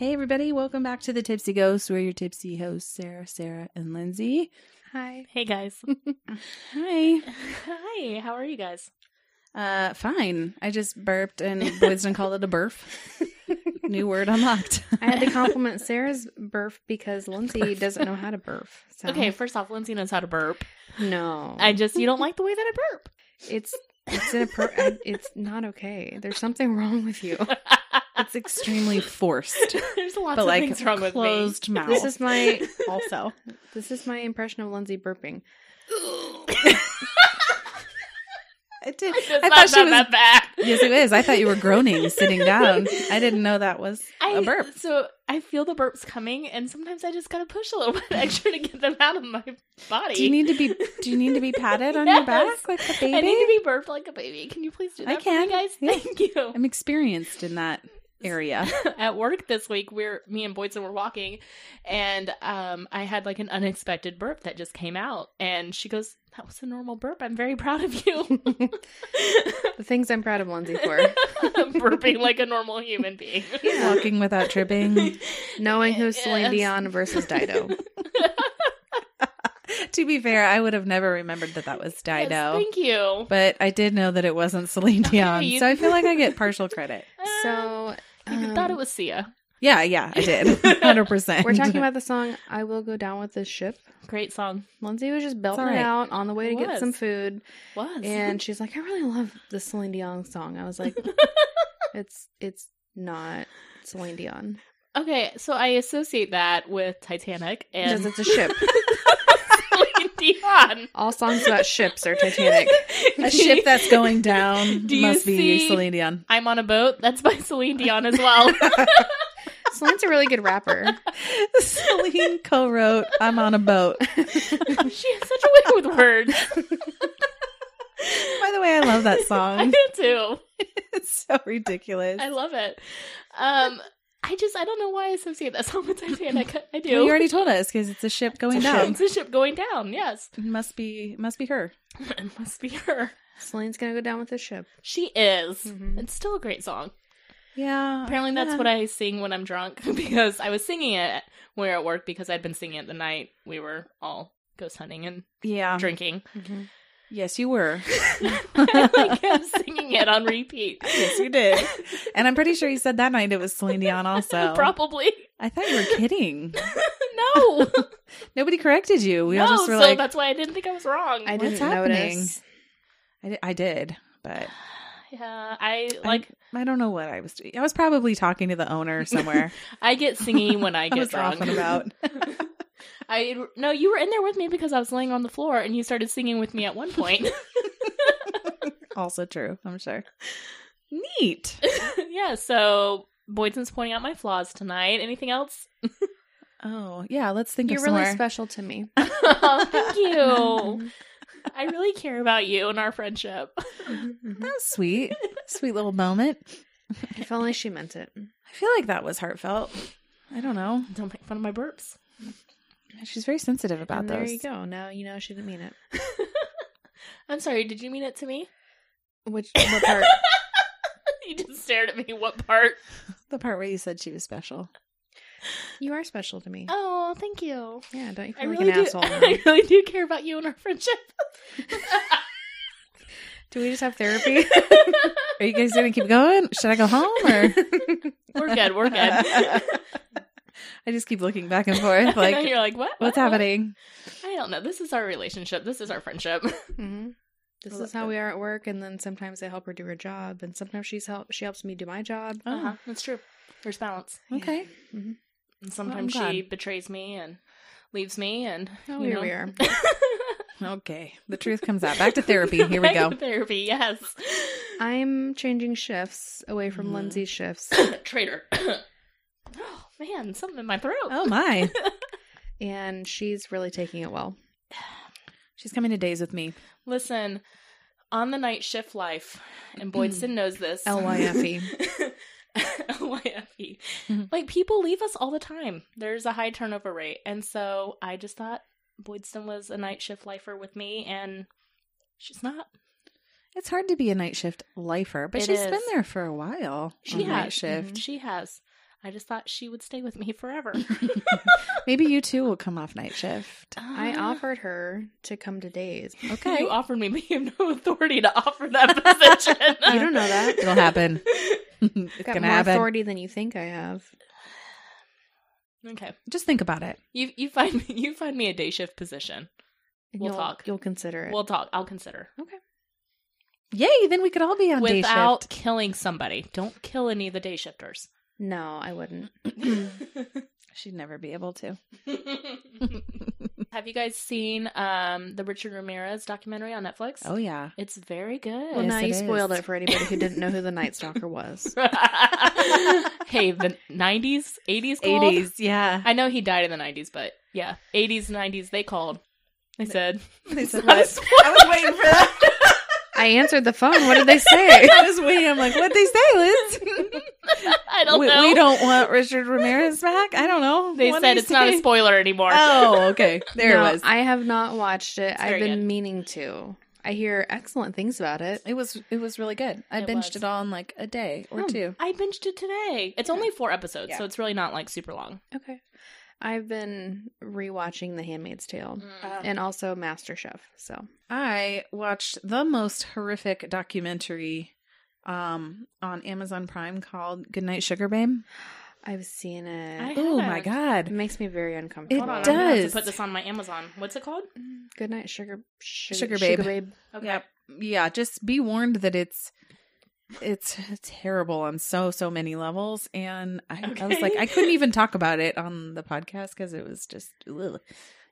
everybody. Welcome back to the Tipsy Ghost. We're your tipsy hosts, Sarah, Sarah, and Lindsay. Hi. Hey guys. Hi. Hi. How are you guys? Uh, fine. I just burped and Wisdom called it a burf. New word unlocked. I had to compliment Sarah's burf because Lindsay doesn't know how to burf. So. Okay. First off, Lindsay knows how to burp. No. I just you don't like the way that I burp. it's it's inappro- it's not okay. There's something wrong with you. It's extremely forced, There's lots but of like things wrong with me. closed mouth. This is my also. this is my impression of Lindsay burping. I did. It's I not thought she that- was. that bad. Yes, it is. I thought you were groaning sitting down. I didn't know that was I, a burp. So I feel the burps coming, and sometimes I just gotta push a little bit extra to get them out of my body. Do you need to be? Do you need to be patted on your Yes. back like a baby? I need to be burped like a baby. Can you please do I that for me, can. guys? Yeah. Thank you. I'm experienced in that area. at work this week we're me and boydson were walking and um i had like an unexpected burp that just came out and she goes that was a normal burp i'm very proud of you The things I'm proud of Lindsay for. burping like a normal human being Walking without tripping. Knowing who's Celine Yes. Dion versus Dido. to be fair, I would have never remembered that that was Yes, Dido. thank you but I did know that it wasn't Celine Dion, you- so I feel like I get partial credit. So Uh, you um, thought it was sia Yeah, yeah, I did, hundred percent. we're talking about the song I Will Go Down with This Ship. great song Lindsay was just belting all right. it out on the way to It get was. some food. was and she's like, "I really love the Celine Dion song." I was like, "It's it's not Celine Dion okay so i associate that with titanic because and it's a ship. Celine dion All songs about ships are Titanic. a ship that's going down Do you must be see- Celine Dion. i'm on a boat that's by celine dion as well Celine's a really good rapper. Celine co-wrote "I'm on a boat." she has such a way with words By the way, I love that I song. do too. It's so ridiculous. I love it. Um, I just I don't know why I associate that song with Titanic. I do. Well, you already told us because it's a ship going It's a ship- down. It's a ship going down. Yes, It must be, must be her. it must be her. Celine's gonna go down with the ship. She is. Mhm. It's still a great song. Mm-hmm. Oh, Yeah. Apparently, that's what I sing when I'm drunk because I was singing it when we were at work because I'd been singing it the night we were all ghost hunting and Yeah. drinking. Mm-hmm. Yes, you were. I like kept singing it on repeat. Yes, you did. And I'm pretty sure you said that night it was Celine Dion. Also, Probably I thought you were kidding. no. Nobody corrected you. We no, all just so were like, that's why I didn't think I was wrong. I What's didn't happening? notice. I, di- I did, but yeah, I like. I don't know what I was doing. I was probably talking to the owner somewhere. I get singy when I I get was off drunk. and about. I no, you were in there with me because I was laying on the floor and you started singing with me at one point. also true, I'm sure. Neat. yeah, so Boydson's pointing out my flaws tonight. Anything else? Oh yeah, let's think You're of some really more. Oh. special to me. oh, thank you. I really care about you and our friendship. Mm-hmm. That was sweet, sweet little moment. If only she meant it. I feel like that was heartfelt. I don't know. Don't make fun of my burps. She's very sensitive about and those. there you go. Now you know she didn't mean it. I'm sorry, did you mean it to me? Which what part? you just stared at me. What part? The part where you said she was special. You are special to me. Oh, thank you. Yeah, don't you I feel like really an do. asshole? now? I really do care about you and our friendship. Do we just have therapy? Are you guys gonna keep going? Should I go home or We're good. We're good. I just keep looking back and forth Like, "Oh." like you're like, what? what's What? What? happening? I don't know. This is our relationship. This is our friendship. Mhm. This Well, is how we are at work, and then sometimes I help her do her job, and sometimes she's help she helps me do my job. Oh, Uh-huh. That's true. There's balance. okay. And Oh, I'm sometimes glad. she betrays me and leaves me, and Oh, you here know. we are. Okay. The truth comes out. Back to therapy. Here we Back go. to Therapy. Yes. I'm changing shifts away from Mhm. Lindsay's shifts, Traitor. oh man, something in my throat. Oh my. and she's really taking it well. She's coming to days with me. Listen, on the night shift life, and Boydson knows this. LYFE. LYFE. Mhm. E. Like people leave us all the time. There's a high turnover rate, and so I just thought Boydston was a night shift lifer with me, and she's not. It's hard to be a night shift lifer, but It she's been is. there for a while. She on night has. shift. She has. I just thought she would stay with me forever. Mm-hmm. Maybe you too will come off night shift. I Ah. offered her to come to days. Okay. You offered me, but you have no authority to offer that position. You don't know that. It'll happen. it's I've got going to more happen. authority than you think I have. Okay, Just think about it. you you find me, you find me a day shift position. And We'll you'll, talk. You'll consider it. We'll talk. I'll consider Yay, then we could all be on day without shift. killing somebody. Don't kill any of the day shifters. no, I wouldn't. She'd never be able to. Have you guys seen um, the Richard Ramirez documentary on Netflix? Oh, yeah. It's very good. Well, Yes, now it you spoiled is. it for anybody who didn't know who the Night Stalker was. hey, the 90s, 80s called? 80s, yeah. I know he died in the 90s, but yeah, 80s, 90s, they called. They said, They said It's not a what? spoiler. I was waiting for that. I answered the phone. What did they say? I was waiting. I'm like, what'd they say, Liz? I don't we, know. we don't want Richard Ramirez back. I don't know. they What'd said it's not a say? spoiler anymore. Oh, okay. There No, it was. I have not watched it. It's I've very been good. meaning to. I hear excellent things about it. it was it was really good. I It binged was. it all in like a day or Hmm. two. I binged it today. It's only four episodes, Yeah. so it's really not like super long. Okay. I've been rewatching The Handmaid's Tale Mm. Uh, and also MasterChef. So I watched the most horrific documentary um on Amazon Prime called Goodnight Sugar Babe. I've seen I it. Oh my haven't. It god. makes me very It uncomfortable. Hold on, I'm gonna have does. to put this on my Amazon. What's it called? Good night, sugar, sugar, Sugar sugar babe. babe. Okay. Yep. Yeah, just be warned that it's it's terrible on so so many levels and I, I was like Okay. I couldn't even talk about it on the podcast cuz it was just ugh.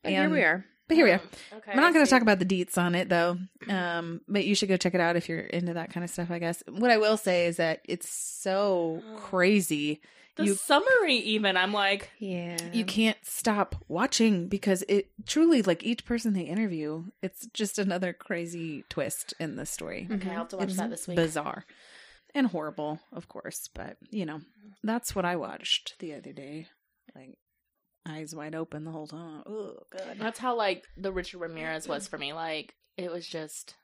But here And- we are. But here we are. Mm, Okay. I'm not going to See. talk about the deets on it though. Um, but you should go check it out if you're into that kind of stuff, I guess. What I will say is that it's so Oh. crazy. the you- summary. Even I'm like, Yeah. You can't stop watching because it truly, like each person they interview, it's just another crazy twist in the story. okay, I'll have to watch It's that this week. Bizarre and horrible, of course. But, you know, that's what I watched the other day. Like, eyes wide open the whole time. Oh, God. That's how like the Richard Ramirez was for me. Like it was just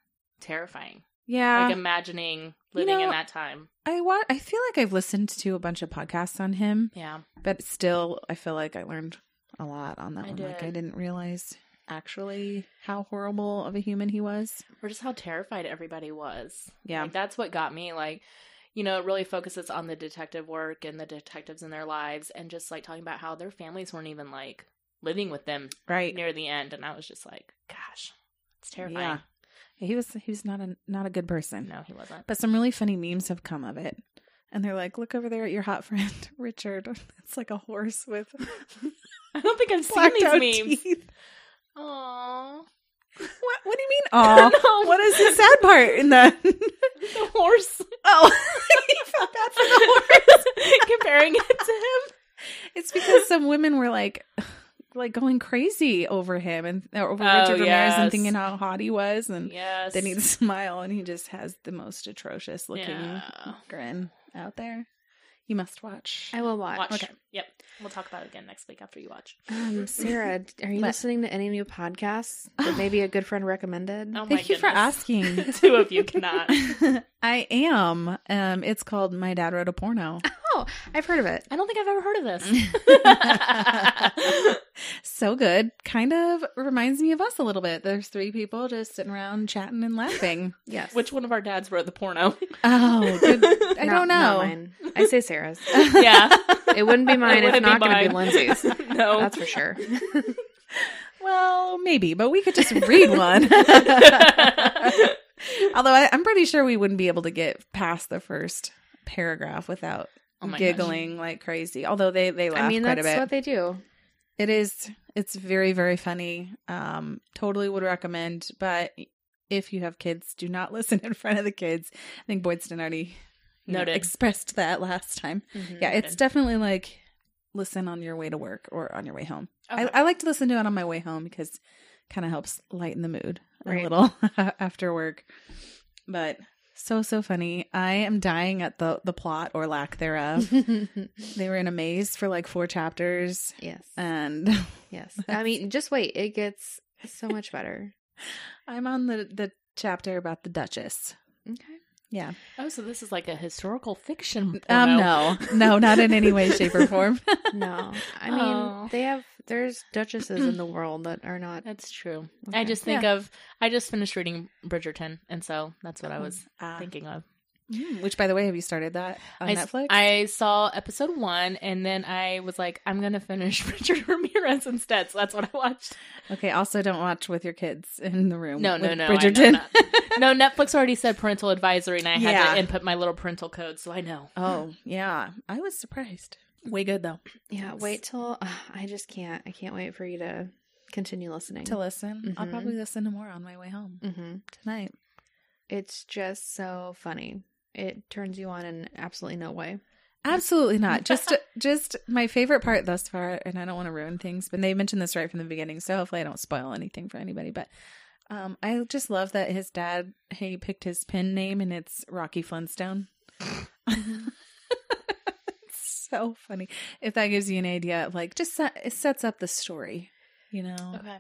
terrifying. Yeah. like imagining living know- in that time. I want. I feel like I've listened to a bunch of podcasts on him, Yeah. but still, I feel like I learned a lot on that I one. Like I did. didn't realize actually how horrible of a human he was. Or just how terrified everybody was. Yeah. Like that's what got me. Like, you know, it really focuses on the detective work and the detectives in their lives and just like talking about how their families weren't even like living with them Right. near the end. And I was just like, gosh, it's terrifying. Yeah. He was. He was not a not a good person. No, he wasn't. But some really funny memes have come of it, and they're like, "Look over there at your hot friend Richard. It's like a horse with I don't think I've seen blacked out these memes. teeth." Aww. What? What do you mean? Oh, No. what is the sad part in that? The horse. oh, he felt bad for the horse. Comparing it to him. It's because some women were like, like going crazy over him and or over Oh, Richard Ramirez and yes. thinking how hot he was, and Yes. then he'd smile and he just has the most atrocious looking Yeah. grin out there. You must watch. I will watch. watch. Okay. Yep. We'll talk about it again next week after you watch. Um, Sarah, d- are you What? listening to any new podcasts that maybe a good friend recommended? Oh my Thank you for goodness. asking. The two of you cannot. I am. Um, it's called My Dad Wrote a Porno. Oh, I've heard of it. I don't think I've ever heard of this. so good. Kind of reminds me of us a little bit. There's three people just sitting around chatting and laughing. Yes. Which one of our dads wrote the porno? Oh, good. I Not- don't not know. mine. I say Sarah's. Yeah. It wouldn't be mine. It it's wouldn't be not going to be mine. Lindsay's. no. That's for sure. Well, maybe, but we could just read one. Although I, I'm pretty sure we wouldn't be able to get past the first paragraph without Oh my gosh. giggling like crazy. Although they they laugh I mean, quite a that's bit. what they do. it is it's very very funny. Um, totally would recommend. But if you have kids, do not listen in front of the kids. I think Boydston already you know, Noted. Mm, expressed that last time. Yeah, it's Noted. definitely like listen on your way to work or on your way home. Okay. I, I like to listen to it on my way home because it kind of helps lighten the mood a Right. little after work. But so so funny. I am dying at the the plot or lack thereof. they were in a maze for like four chapters yes. and yes. I mean, just wait. It gets so much better. I'm on the the chapter about the duchess. Okay. Yeah. Oh, so this is like a historical fiction. Um, porno. no, no, not in any way, shape, or form. No, I mean Oh. they have. There's duchesses in the world that are not. That's true. I Okay. just think of I just finished reading Bridgerton, and so that's what I was Ah. thinking of. Mm, Which, by the way, have you started that on I, s- Netflix? I saw episode one, and then I was like, I'm gonna finish Richard Ramirez instead. So that's what I watched. okay. Also, don't watch with your kids in the room. No, no, with no, I know Bridgerton. No, Netflix already said parental advisory, and I had Yeah. to input my little parental code, so I know. oh, yeah. I was surprised. Way good though Yeah, wait till ugh, I just can't. I can't wait for you to continue listening. to listen. I'll Mm-hmm. Mhm. probably listen to more on my way home hmm tonight. It's just so funny. It turns you on in absolutely no way. Absolutely not. Just just my favorite part thus far, and I don't want to ruin things, but they mentioned this right from the beginning, so hopefully I don't spoil anything for anybody. But um, I just love that his dad he picked his pen name, and it's Rocky Flintstone. it's so funny. If that gives you an idea of like, just set, it sets up the story, you know? Okay,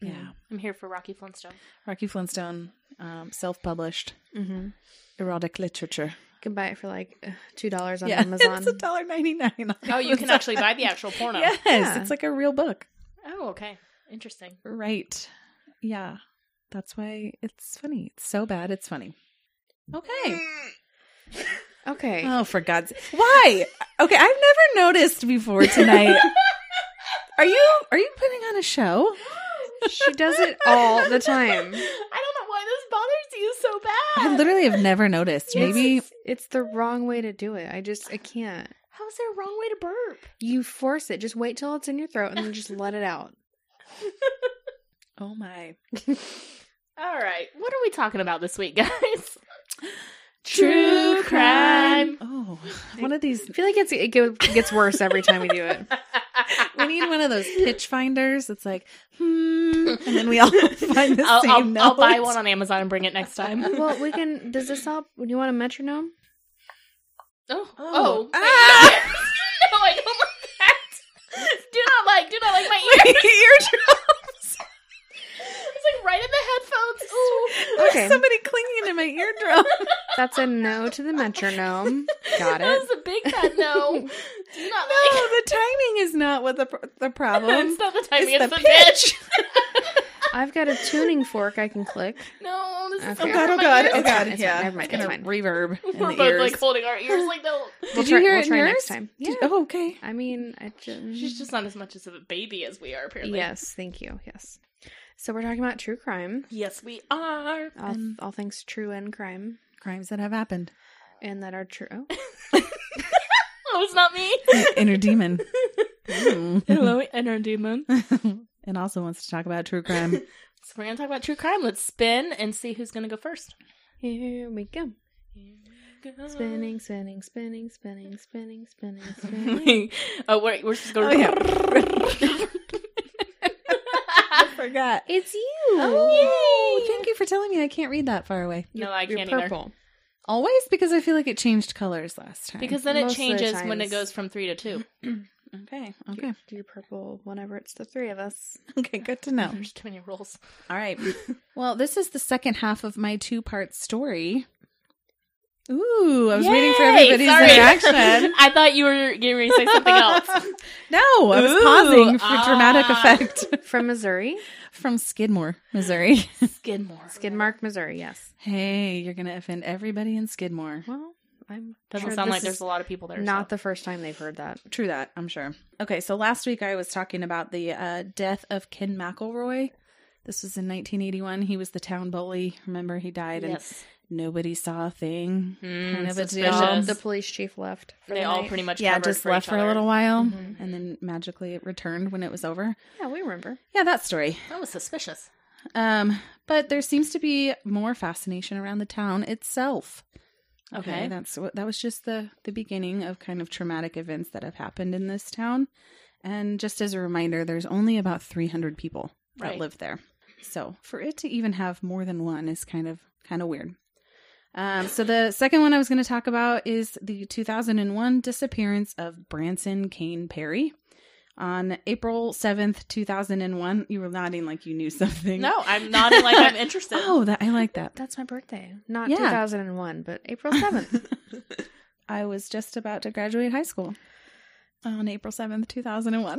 Yeah, I'm here for Rocky Flintstone. Rocky Flintstone, um, self-published Mm-hmm. erotic literature. You can buy it for like ugh, two dollars on yeah, Amazon. it's a dollar ninety nine. Oh, you can actually buy the actual porno. Yes, Yeah. it's like a real book. Oh, okay, interesting. Right. Yeah. That's why it's funny. It's so bad. It's funny. Okay. okay, Oh, for God's Why? Okay, I've never noticed before tonight. are you are you putting on a show? she does it all the time. I don't know why this bothers you so bad. I literally have never noticed. Maybe it's, it's the wrong way to do it. I just I can't. How is there a wrong way to burp? You force it. Just wait till it's in your throat and then just let it out. Oh my. All right, what are we talking about this week, guys? True crime. Oh. One of these I feel like it's it go- gets worse every time we do it. we need one of those pitch finders. It's like, hmm, and then we all find the I'll, same I'll, I'll note. buy one on Amazon and bring it next time. oh, Well, we can. Does this help? Do you want a metronome? oh, Oh. Ah! no, I don't like that. Do not like, do not like my ear. eardrums. It's like right in the headphones. Ooh. There's Okay. somebody clinging to my eardrum. That's a no to the metronome. Got That it. was a big fat no. Do No, not the like. timing is not what the pr- the problem. It's not the timing, It's it's, the the, pitch. I've got a tuning fork I can click. no, this is Okay. terrible God, for my ears. oh God. fine, it's fine, never mind, It's it's gonna fine. reverb in We're the both ears. like holding our ears like no. Did you hear we'll it in try yours? next time. Yeah. Did- oh, okay. I mean, I just, She's just not as much as of a baby as we are apparently. yes. Thank you. Yes. So we're talking about true crime, Yes, we are. all, Um, all things true and crime, Crimes that have happened. and that are true. Oh, Oh, it's not me. Inner demon. Hmm. Hello, inner demon. So and also wants to talk about true crime. we're gonna talk about true crime. Let's spin and see who's gonna go first. here we go. Spinning, spinning, spinning, spinning, spinning, spinning, spinning. oh, we're, we're just Oh, going. yeah. I yeah. forgot. it's you. Oh, thank you for telling me. I can't read that far away. No, I You're can't either. purple. Always because I feel like it changed colors last time. Because then it Most of the changes when it times. goes from three to two. okay, Do okay, your- Do your purple whenever it's the three of us. okay. Good to know. There's too many rules. All right. Well, this is the second half of my two part story. Ooh, I was waiting for Yay! everybody's Sorry. reaction. I thought you were getting ready to say something else. No, I was Ooh, pausing for ah. dramatic effect From Missouri, from Skidmore, Missouri. Skidmore. Skidmark, Missouri. Yes. Hey, you're going to offend everybody in Skidmore. Well, I'm Doesn't sure sound this like there's is a lot of people there. Not so. the first time they've heard that. True that, I'm sure. Okay, so last week I was talking about the uh, death of Ken McElroy. This was in 1981. He was the town bully. Remember, he died and yes. nobody saw a thing. Mm, kind of a suspicious. deal. The police chief left. For they the all night. pretty much yeah, covered just for left each for a other. Mm-hmm. little while Mhm. and then magically it returned when it was over. Yeah, we remember. Yeah, that story. That was suspicious. Um, but there seems to be more fascination around the town itself. Okay. that's what that was just the the beginning of kind of traumatic events that have happened in this town. And just as a reminder, there's only about 300 people that Right. live there. So for it to even have more than one is kind of kind of weird. Um, so the second one I was going to talk about is the 2001 disappearance of Branson Kane Perry on April 7th, 2001. You were nodding like you knew something. No, I'm nodding like I'm interested. Oh, that I like that. That's my birthday. Not Yeah. 2001, but April 7th. I was just about to graduate high school on April 7th, 2001.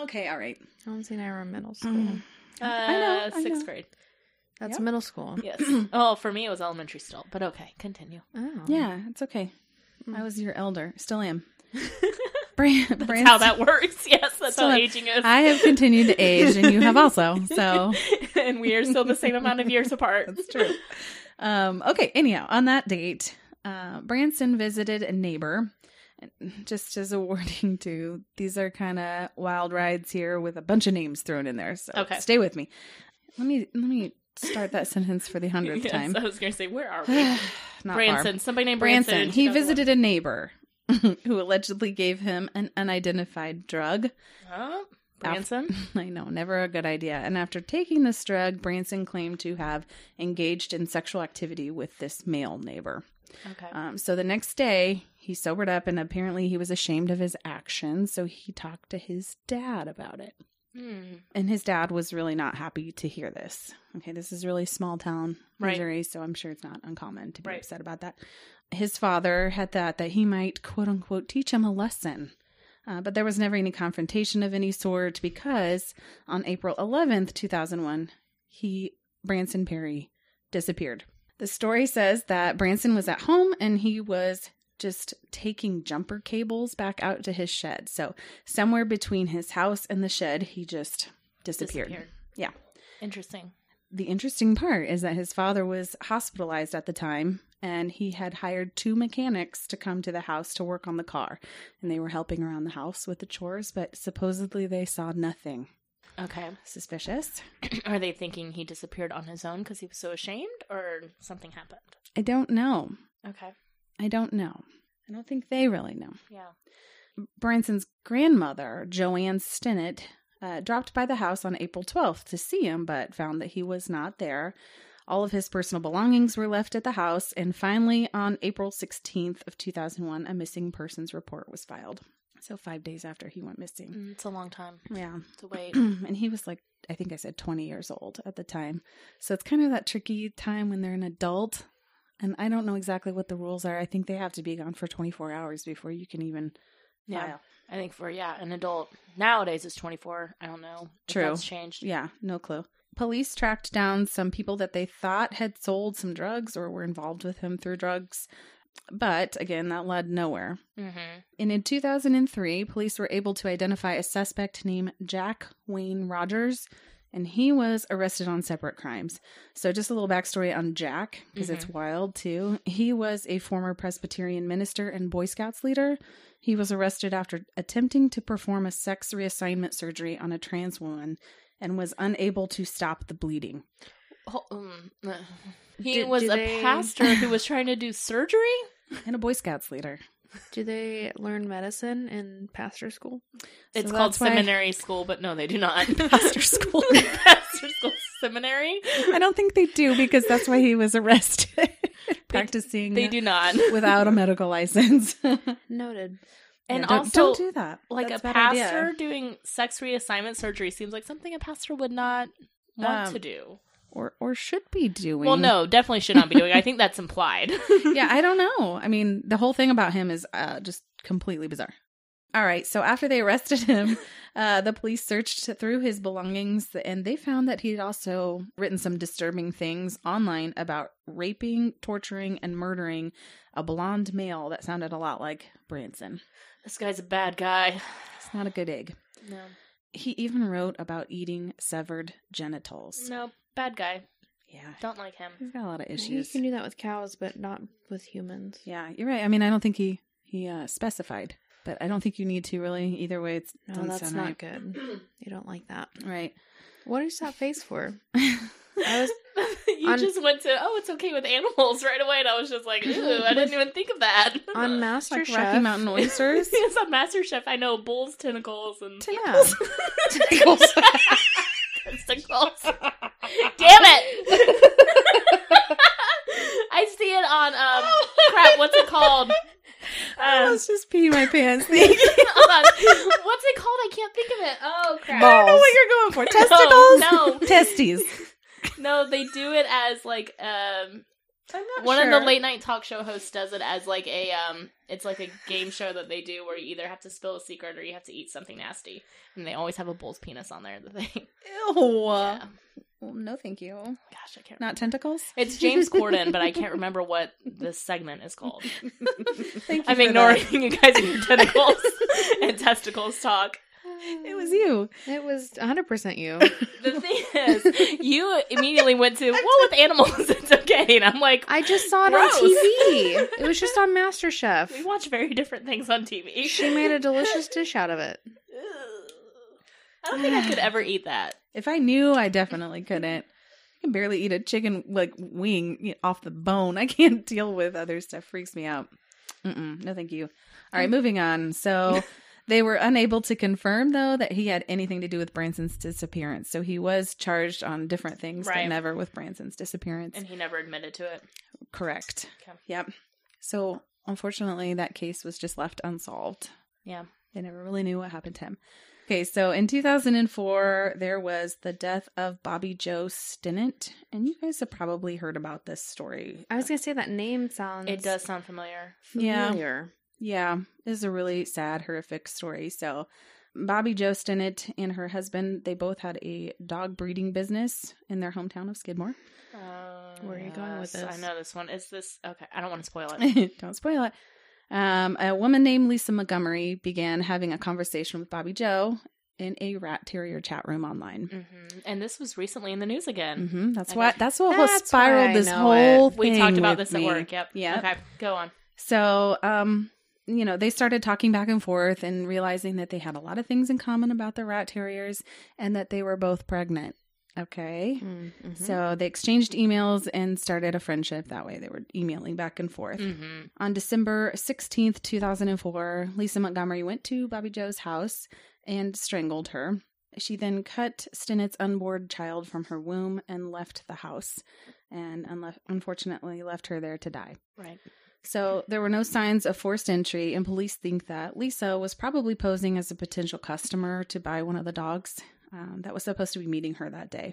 okay, all right. Honestly, and I were in middle school. Mm. Uh, I know, I sixth know. grade. That's Yep. middle school. Yes. oh, for me it was elementary still, but okay, continue. Oh. Yeah, it's okay. Mm. I was your elder. Still am. that's Bran- Bran's- how that works. Yes, that's Still- how aging is. I have continued to age, and you have also. So and we are still the same amount of years apart. That's true. Um, okay, anyhow, on that date, uh, Branson visited a neighbor. Just as a warning, too, these are kind of wild rides here with a bunch of names thrown in there. So Okay. stay with me. Let me let me start that sentence for the hundredth Yes, time. I was going to say, where are we? Not far. Branson. Somebody named Branson. Branson. He visited a neighbor who allegedly gave him an unidentified drug. Oh, Branson. I know, never a good idea. And after taking this drug, Branson claimed to have engaged in sexual activity with this male neighbor. Okay. Um, so the next day, he sobered up and apparently he was ashamed of his actions. So he talked to his dad about it. Hmm. And his dad was really not happy to hear this. Okay, this is really small town Right. Missouri, so I'm sure it's not uncommon to be Right. upset about that. His father had thought that he might, quote unquote, teach him a lesson. Uh, but there was never any confrontation of any sort because on April 11th, 2001, he, Branson Perry, disappeared. The story says that Branson was at home and he was just taking jumper cables back out to his shed. So somewhere between his house and the shed, he just disappeared. Disappeared. Yeah. Interesting. The interesting part is that his father was hospitalized at the time and he had hired two mechanics to come to the house to work on the car and they were helping around the house with the chores but supposedly they saw nothing Okay. suspicious Are they thinking he disappeared on his own because he was so ashamed or something happened? i don't know Okay. i don't know i don't think they really know Yeah. Branson's grandmother, Joanne Stinnett, uh, dropped by the house on April 12th to see him, but found that he was not there. All of his personal belongings were left at the house, and finally, on April 16th of 2001, a missing persons report was filed. So five days after he went missing. Mm, It's a long time Yeah, to wait. and he was like, I think I said 20 years old at the time. So it's kind of that tricky time when they're an adult, and I don't know exactly what the rules are. I think they have to be gone for 24 hours before you can even yeah. file. I think for, yeah, an adult nowadays is 24. I don't know. if True. That's changed. Yeah, no clue. Police tracked down some people that they thought had sold some drugs or were involved with him through drugs. But again, that led nowhere. Mm-hmm. And in 2003, police were able to identify a suspect named Jack Wayne Rogers, and he was arrested on separate crimes. So, just a little backstory on Jack, because it's wild too. He was a former Presbyterian minister and Boy Scouts leader. He was arrested after attempting to perform a sex reassignment surgery on a trans woman and was unable to stop the bleeding. he Do- was do a they- pastor who was trying to do surgery? And a Boy Scouts leader. Do they learn medicine in pastor school? So It's called that's why- seminary school, but no, they do not. Pastor school. pastor school seminary. I don't think they do because that's why he was arrested. Practicing uh, They do not. without a medical license. and Noted. And don't, also, don't do that. like That's a bad idea. pastor doing sex reassignment surgery seems like something a pastor would not want Um, to do. or or should be doing. Well, no, definitely should not be doing. I think that's implied. yeah, I don't know. I mean, the whole thing about him is uh, just completely bizarre. All right, so after they arrested him, uh, the police searched through his belongings and they found that he had also written some disturbing things online about raping, torturing, and murdering a blonde male that sounded a lot like Branson. this guy's a bad guy. It's not a good egg. No, He even wrote about eating severed genitals. no, bad guy. Yeah, Don't like him. he's got a lot of You issues. can do that with cows, but not with humans. Yeah, you're right. I mean, I don't think he he uh, specified, but I don't think you need to really. Either way, it's No, doesn't that's sound not right. good. You don't like that. Right. What is that face for? I was. you on- just went to oh, it's okay with animals right away, and I was just like, ooh, I didn't even think of that. On Master like Chef. Rocky Mountain oysters. yes, on MasterChef, I know bulls tentacles and Yeah. Tentacles. testicles. Damn it! I see it on um crap. What's it called? I Um, was just peeing my pants. Thank you. hold on. What Oh, go for? Testicles? No. Testes. No, they do it as like um I'm not one sure. of the late night talk show hosts does it as like a um it's like a game show that they do where you either have to spill a secret or you have to eat something nasty. And they always have a bull's penis on there, the thing. Ew. Yeah. Well, no, thank you. Gosh, I can't Not tentacles. It's James Corden, but I can't remember what this segment is called. Thank you I'm for ignoring you guys and your tentacles and testicles talk. that. It was you. It was 100% you. The thing is, you immediately went to, well, with animals, it's okay. And I'm like, I just saw it Gross. on TV. It was just on MasterChef. we watch very different things on TV. She made a delicious dish out of it. I don't think I could ever eat that. If I knew, I definitely couldn't. I can barely eat a chicken like wing you know, off the bone. I can't deal with other stuff. Freaks me out. Mm-mm, no, thank you. All right, moving on. So they were unable to confirm though that he had anything to do with Branson's disappearance. So he was charged on different things, Right. but never with Branson's disappearance. And he never admitted to it. Correct. Okay. Yep. So unfortunately, that case was just left unsolved. Yeah. They never really knew what happened to him. Okay, so in 2004, there was the death of Bobby Joe Stinnett, and you guys have probably heard about this story. I was going to say that name sounds It does sound familiar. Yeah. familiar. Yeah, this is a really sad, horrific story. So, Bobby Joe Stinnett and her husband, they both had a dog breeding business in their hometown of Skidmore. Where are you going with Um, yes, this? I know this one. Is this okay? I don't want to spoil it. Don't spoil it. Um, a woman named Lisa Montgomery began having a conversation with Bobby Joe in a rat terrier chat room online. hmm And this was recently in the news again. hmm That's Okay. why. That's what That's why I spiraled this know whole it. thing. We talked about with this me. at work. Yep. Yep. Okay. Go on. So, um, you know, they started talking back and forth and realizing that they had a lot of things in common about the rat terriers and that they were both pregnant. Okay. Mm-hmm. So they exchanged emails and started a friendship that way. They were emailing back and forth. hmm On December 16th, 2004, Lisa Montgomery went to Bobby Joe's house and strangled her. She then cut Stinnett's unborn child from her womb and left the house, and unle- unfortunately left her there to die. Right. So there were no signs of forced entry, and police think that Lisa was probably posing as a potential customer to buy one of the dogs um, that was supposed to be meeting her that day.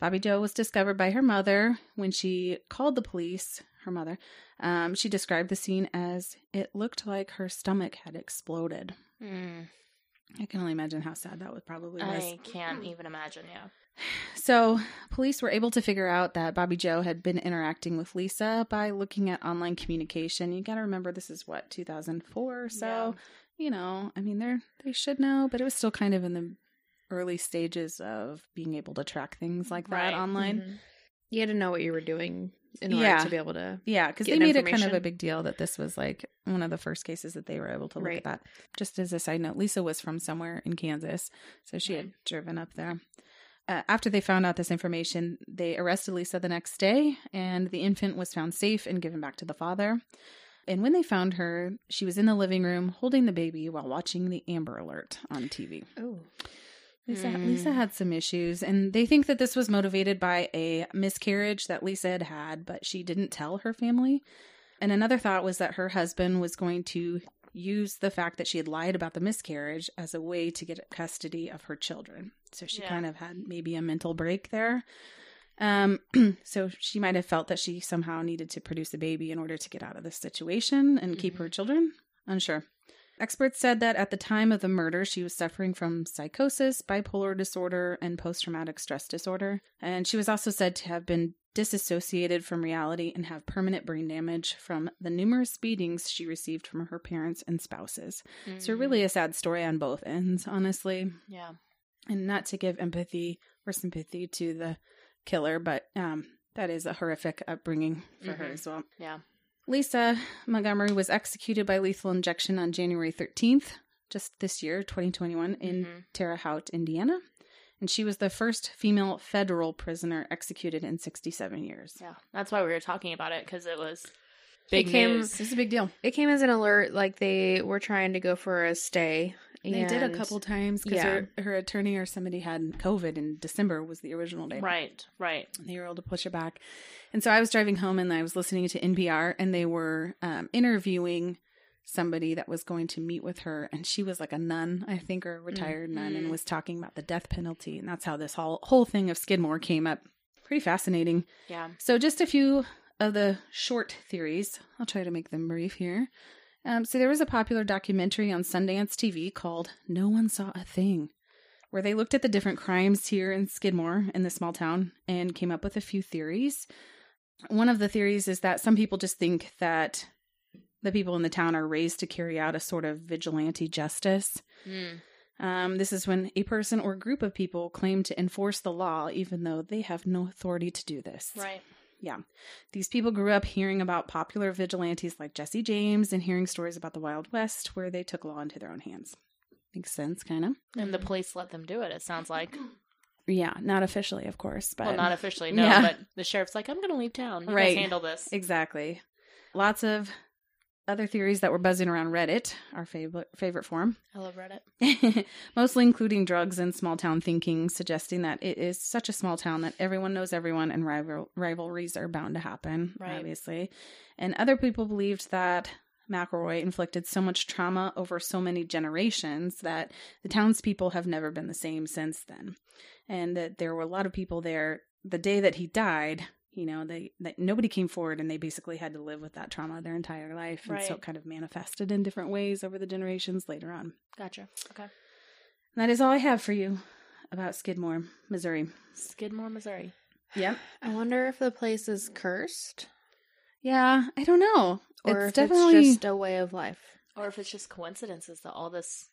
Bobby Joe was discovered by her mother when she called the police. Her mother, um, she described the scene as it looked like her stomach had exploded. Mm. I can only imagine how sad that would probably was. I can't even imagine. Yeah. So, police were able to figure out that Bobby Joe had been interacting with Lisa by looking at online communication. You got to remember this is what 2004, so you know, I mean, they're they should know, but it was still kind of in the early stages of being able to track things like that Right. online. Mhm. You had to know what you were doing in order Yeah. to be able to. Yeah, because they Getting made it kind of a information. big deal that this was like one of the first cases that they were able to look Right. at that. Just as a side note, Lisa was from somewhere in Kansas, so she had driven up there. Uh, after they found out this information, they arrested Lisa the next day, and the infant was found safe and given back to the father. And when they found her, she was in the living room holding the baby while watching the Amber Alert on TV. Oh, Lisa, Mm. Lisa had some issues, and they think that this was motivated by a miscarriage that Lisa had had, but she didn't tell her family. And another thought was that her husband was going to use the fact that she had lied about the miscarriage as a way to get custody of her children. So she Yeah. kind of had maybe a mental break there. Um, so she might have felt that she somehow needed to produce a baby in order to get out of this situation and keep Mhm. her children. Unsure. Experts said that at the time of the murder, she was suffering from psychosis, bipolar disorder, and post traumatic stress disorder. And she was also said to have been disassociated from reality and have permanent brain damage from the numerous beatings she received from her parents and spouses. So, Mm. really a sad story on both ends, honestly. Yeah. And not to give empathy or sympathy to the killer, but um, that is a horrific upbringing for her Mhm. as well. Yeah. Lisa Montgomery was executed by lethal injection on January 13th, just this year, 2021, in Mhm. Terre Haute, Indiana. And she was the first female federal prisoner executed in 67 years. Yeah. That's why we were talking about it because it was big came- news. is a big deal. it came as an alert. Like they were trying to go for a stay. And They did a couple times because yeah. her, her attorney or somebody had COVID in December was the original date. Right. Right. They were able to push it back. And so I was driving home and I was listening to NPR and they were um, interviewing somebody that was going to meet with her and she was like a nun i think or a retired nun and Mhm. was talking about the death penalty and that's how this whole whole thing of skidmore came up pretty fascinating Yeah. so just a few of the short theories i'll try to make them brief here um, so there was a popular documentary on sundance tv called no one saw a thing where they looked at the different crimes here in skidmore in the small town and came up with a few theories one of the theories is that some people just think that the people in the town are raised to carry out a sort of vigilante justice. Mm. Um, this is when a person or group of people claim to enforce the law, even though they have no authority to do this. Right. These people grew up hearing about popular vigilantes like Jesse James and hearing stories about the Wild West where they took law into their own hands. Makes sense, kind of. And the police let them do it, it sounds like. Yeah, not officially, of course, but Well, not officially, no, Yeah. but the sheriff's like, I'm going to leave town. You guys Right. handle this. Exactly. Lots of other theories that were buzzing around Reddit, our favorite favorite forum. I love Reddit. mostly including drugs and small town thinking, suggesting that it is such a small town that everyone knows everyone and rival- rivalries are bound to happen, Right. obviously. And other people believed that McElroy inflicted so much trauma over so many generations that the townspeople have never been the same since then. And that there were a lot of people there the day that he died. You know, they that nobody came forward, and they basically had to live with that trauma their entire life, and so Right. it kind of manifested in different ways over the generations later on. Gotcha. Okay. That is all I have for you about Skidmore, Missouri. Skidmore, Missouri. Yep. I wonder if the place is cursed Yeah, I don't know. or it's if definitely it's just a way of life. Or if it's just coincidences that all this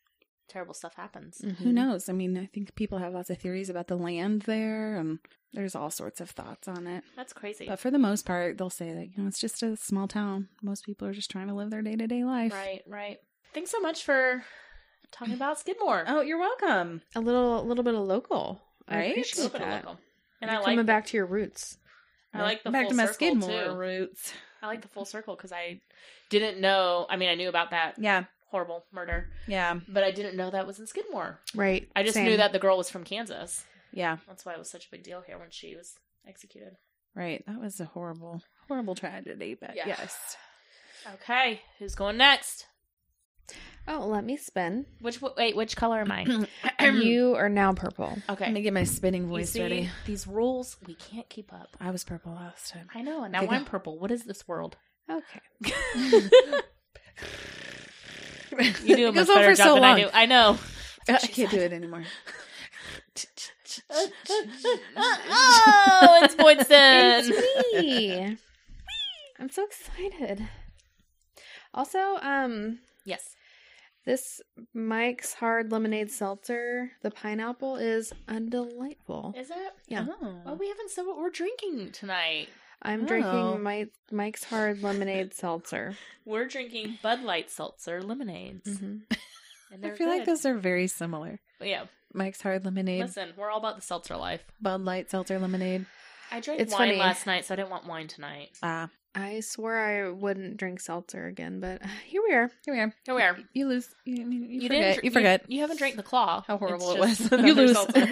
terrible stuff happens. Mm-hmm. who knows. I mean, I think people have lots of theories about the land there, and there's all sorts of thoughts on it. That's crazy. But for the most part, they'll say that you know it's just a small town. Most people are just trying to live their day to day life. Right, right. Thanks so much for talking about Skidmore. Oh, you're welcome. A little, a little bit of local, I Right? A little appreciate bit of that. local. And I You're like, coming the, back to your roots. I like the back full to my circle Skidmore too. roots. I like the full circle because I didn't know. I mean, I knew about that Yeah, horrible murder, yeah, but I didn't know that was in Skidmore. Right. I just knew that the girl was from Kansas. yeah. That's why it was such a big deal here when she was executed. Right. That was a horrible, horrible tragedy. But Yeah. yes, Okay, who's going next? Oh, let me spin. Which wait, which color am I? you are now purple. let Okay, me get my spinning you voice see ready. these rules we can't keep up. I was purple last time. I know, and now Okay, go. I'm purple. What is this world? Okay. You do a It goes on much better for job so than long. I do. I know. I can't do it anymore. oh, it's Boydson. It's me. I'm so excited. Also, um, yes. this Mike's Hard Lemonade Seltzer, the pineapple is undelightful. Is it? Yeah. Well, we haven't said what we're drinking tonight. I'm Oh. drinking my Mike's Hard Lemonade Seltzer. We're drinking Bud Light seltzer lemonades, Mm-hmm. and I they're feel like good. those are very similar. But yeah, Mike's Hard Lemonade, listen, we're all about the seltzer life. Bud Light Seltzer Lemonade. I drank It's wine funny. last night, so I didn't want wine tonight. Ah, I swore I wouldn't drink seltzer again, but here we are. here we are. Here we are. You lose. You, you, you didn't forget. dr- you forget You, haven't drank the claw. how horrible it It's was. just you another lose. seltzer.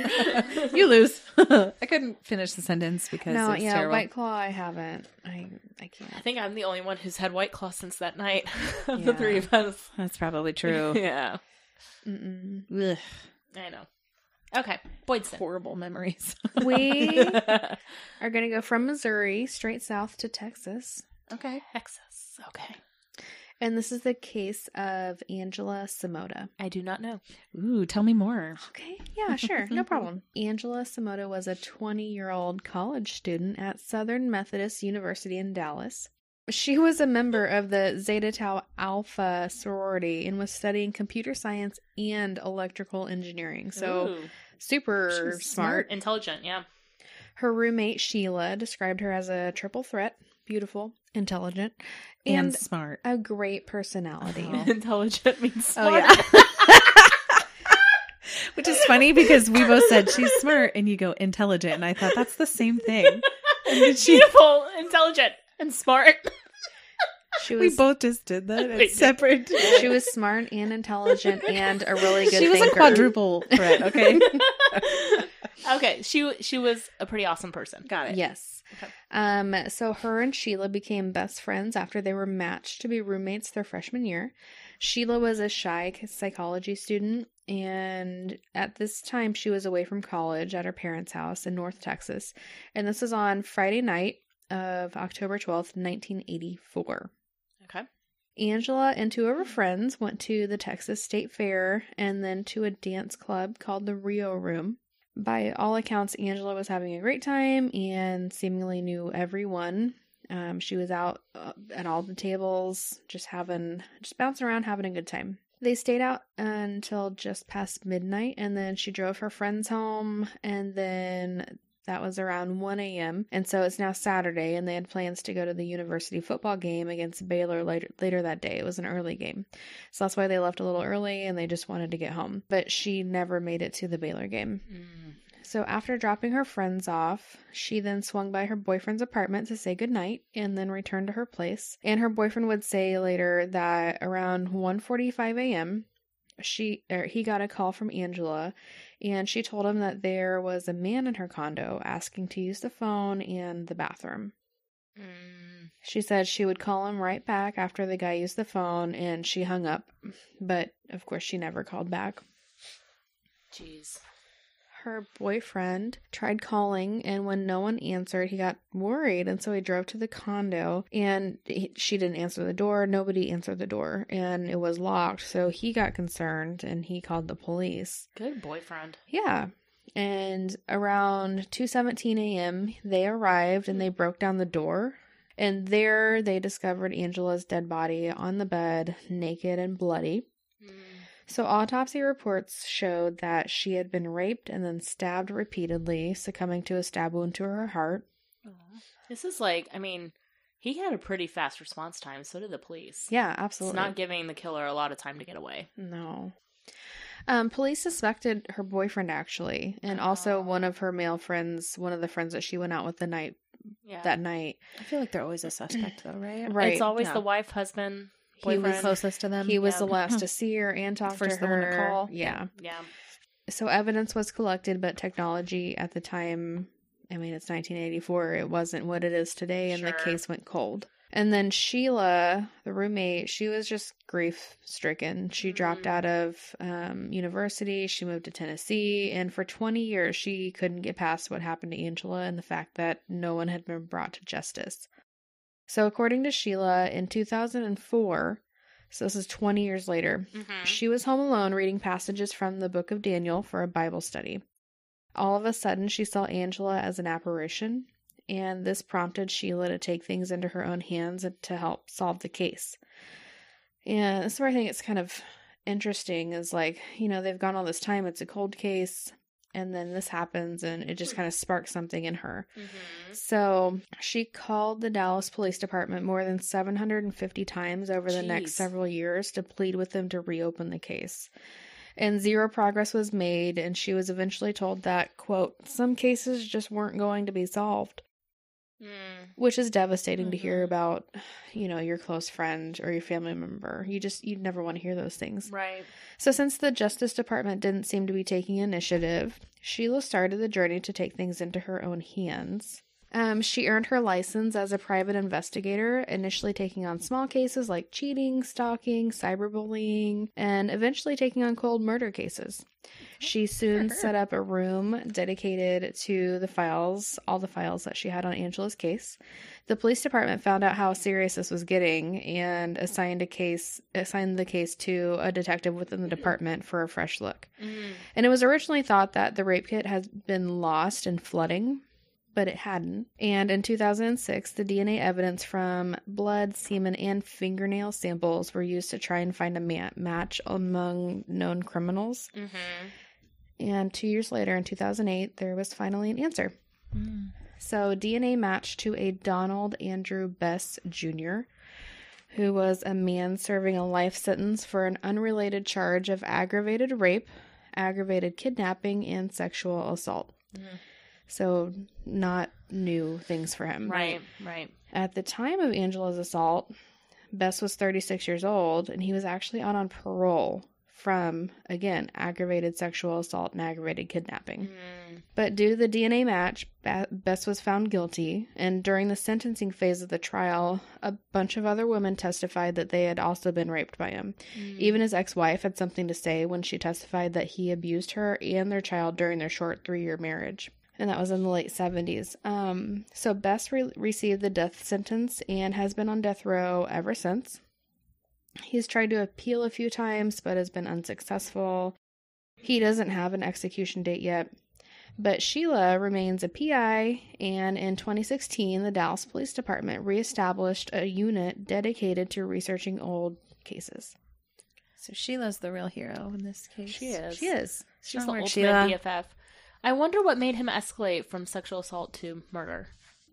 you lose. I couldn't finish the sentence because No, it's yeah, terrible. White Claw, I haven't. I I I can't. think I'm the only one who's had White Claw since that night of the Yeah. three of us. That's probably true. yeah, Mm-mm. Ugh, I know. Okay, Boydson. horrible memories. We are gonna go from Missouri straight south to Texas. okay. Texas. Okay. And this is the case of Angela Simota. I do not know. Ooh, tell me more. Okay, yeah, sure, no problem. Angela Simota was a 20 year old college student at Southern Methodist University in Dallas. She was a member of the Zeta Tau Alpha sorority and was studying computer science and electrical engineering. So, Ooh. super She's smart. intelligent, yeah. Her roommate Sheila described her as a triple threat beautiful, intelligent, And, and, smart. a great personality. Oh. intelligent means Oh smart. yeah. Which is funny because we both said she's smart and you go intelligent and I thought that's the same thing. Beautiful, intelligent, and smart. She We was both just did that. We did. It's separate. she was smart and intelligent and a really good She was thinker. a quadruple threat, okay? Okay, she she was a pretty awesome person. Got it. Yes. Okay. Um, so her and Sheila became best friends after they were matched to be roommates their freshman year. Sheila was a shy psychology student, and at this time she was away from college at her parents' house in North Texas. And this was on Friday night of October 12th, 1984. Okay. Angela and two of her friends went to the Texas State Fair and then to a dance club called the Rio Room. By all accounts, Angela was having a great time and seemingly knew everyone. Um, she was out uh, at all the tables, just having, just bouncing around, having a good time. They stayed out until just past midnight, and then she drove her friends home, and then that was around 1 a.m. And so it's now Saturday, and they had plans to go to the university football game against Baylor later, later that day. It was an early game. So that's why they left a little early and they just wanted to get home. But she never made it to the Baylor game. Mm, So after dropping her friends off, she then swung by her boyfriend's apartment to say goodnight and then returned to her place. And her boyfriend would say later that around 1:45 a.m., she or he got a call from Angela and she told him that there was a man in her condo asking to use the phone and the bathroom. Mm. She said she would call him right back after the guy used the phone and she hung up, but of course she never called back. Jeez. Her boyfriend tried calling, and when no one answered, he got worried, and so he drove to the condo. And he, she didn't answer the door. Nobody answered the door, and it was locked. So he got concerned, and he called the police. Good boyfriend. Yeah. And around 2:17 a.m., they arrived and they broke down the door. And there they discovered Angela's dead body on the bed, naked and bloody. Mm. So, autopsy reports showed that she had been raped and then stabbed repeatedly, succumbing to a stab wound to her heart. Aw. This is like, I mean, he had a pretty fast response time. So did the police. Yeah, It's absolutely. not giving the killer a lot of time to get away. no. Um, police suspected her boyfriend actually, and also Oh. one of her male friends, one of the friends that she went out with the night Yeah. that night. I feel like they're always a suspect, though, right? Right. It's always Yeah. the wife, husband, He was boyfriend. closest to them. He was Yeah. the last to see her and talk First to the one to her. call. Yeah. yeah. so evidence was collected but technology at the time i mean it's 1984 it wasn't what it is today and the Sure. case went cold and then sheila the roommate she was just grief stricken she dropped Mm. out of um, university she moved to tennessee and for 20 years she couldn't get past what happened to angela and the fact that no one had been brought to justice so according to sheila in 2004 so this is 20 years later Mm-hmm, she was home alone reading passages from the book of Daniel for a Bible study. All of a sudden, she saw Angela as an apparition, and this prompted Sheila to take things into her own hands and to help solve the case. And this is where I think it's kind of interesting is like, you know, they've gone all this time, it's a cold case, and then this happens, and it just kind of sparks something in her. mm-hmm. So she called the Dallas Police Department more than 750 times over the next Jeez. several years to plead with them to reopen the case. And zero progress was made, and she was eventually told that, quote, some cases just weren't going to be solved, Mm. which is devastating to hear Mhm. about, you know, your close friend or your family member. You just, you'd never want to hear those things. Right. So, since the Justice Department didn't seem to be taking initiative, Sheila started the journey to take things into her own hands. Um, she earned her license as a private investigator, initially taking on small cases like cheating, stalking, cyberbullying, and eventually taking on cold murder cases. She soon her. set up a room dedicated to the files, all the files that she had on Angela's case. The police department found out how serious this was getting and assigned a case assigned the case to a detective within the department for a fresh look. Mm. And it was originally thought that the rape kit had been lost in flooding, but it hadn't. And in 2006, the DNA evidence from blood, semen, and fingernail samples were used to try and find a ma- match among known criminals. Mm-hmm. And 2 years later in 2008, there was finally an answer. Mm. So DNA matched to a Donald Andrew Bess Jr., who was a man serving a life sentence for an unrelated charge of aggravated rape, aggravated kidnapping, and sexual assault. Mhm. So not new things for him. Right. Right. At the time of Angela's assault, Bess was 36 years old, and he was actually out on parole from again aggravated sexual assault and aggravated kidnapping. Mm. But due to the DNA match, Ba- Bess was found guilty, and during the sentencing phase of the trial, a bunch of other women testified that they had also been raped by him. mm. Mm-hmm. Even his ex wife had something to say when she testified that he abused her and their child during their short three year marriage. And that was in the late 70s. Um, so Bess re- received the death sentence and has been on death row ever since. He's tried to appeal a few times but has been unsuccessful. He doesn't have an execution date yet. But Sheila remains a PI, and in 2016, the Dallas Police Department reestablished a unit dedicated to researching old cases. So Sheila's the real hero in this case. She is. She is. She's Strong the work, ultimate Sheila. BFF. I wonder what made him escalate from sexual assault to murder.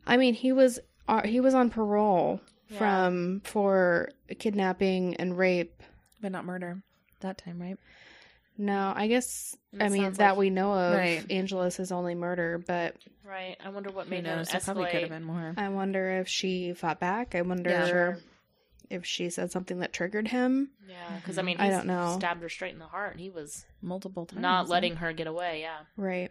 I mean, he was uh, he was on parole Yeah. from for kidnapping and rape. But not murder that time, right? No, I guess And it I mean sounds that like- we know of. Right. Angela's is only murder, but Right. I wonder what Who made him knows? It probably escalate. could have been more. I wonder if she fought back. I wonder Yeah. Sure. if she said something that triggered him. Yeah, because I mean, Mm-hmm. I he don't know. Stabbed her straight in the heart. and He was Multiple times. not letting her get away. Yeah. Right.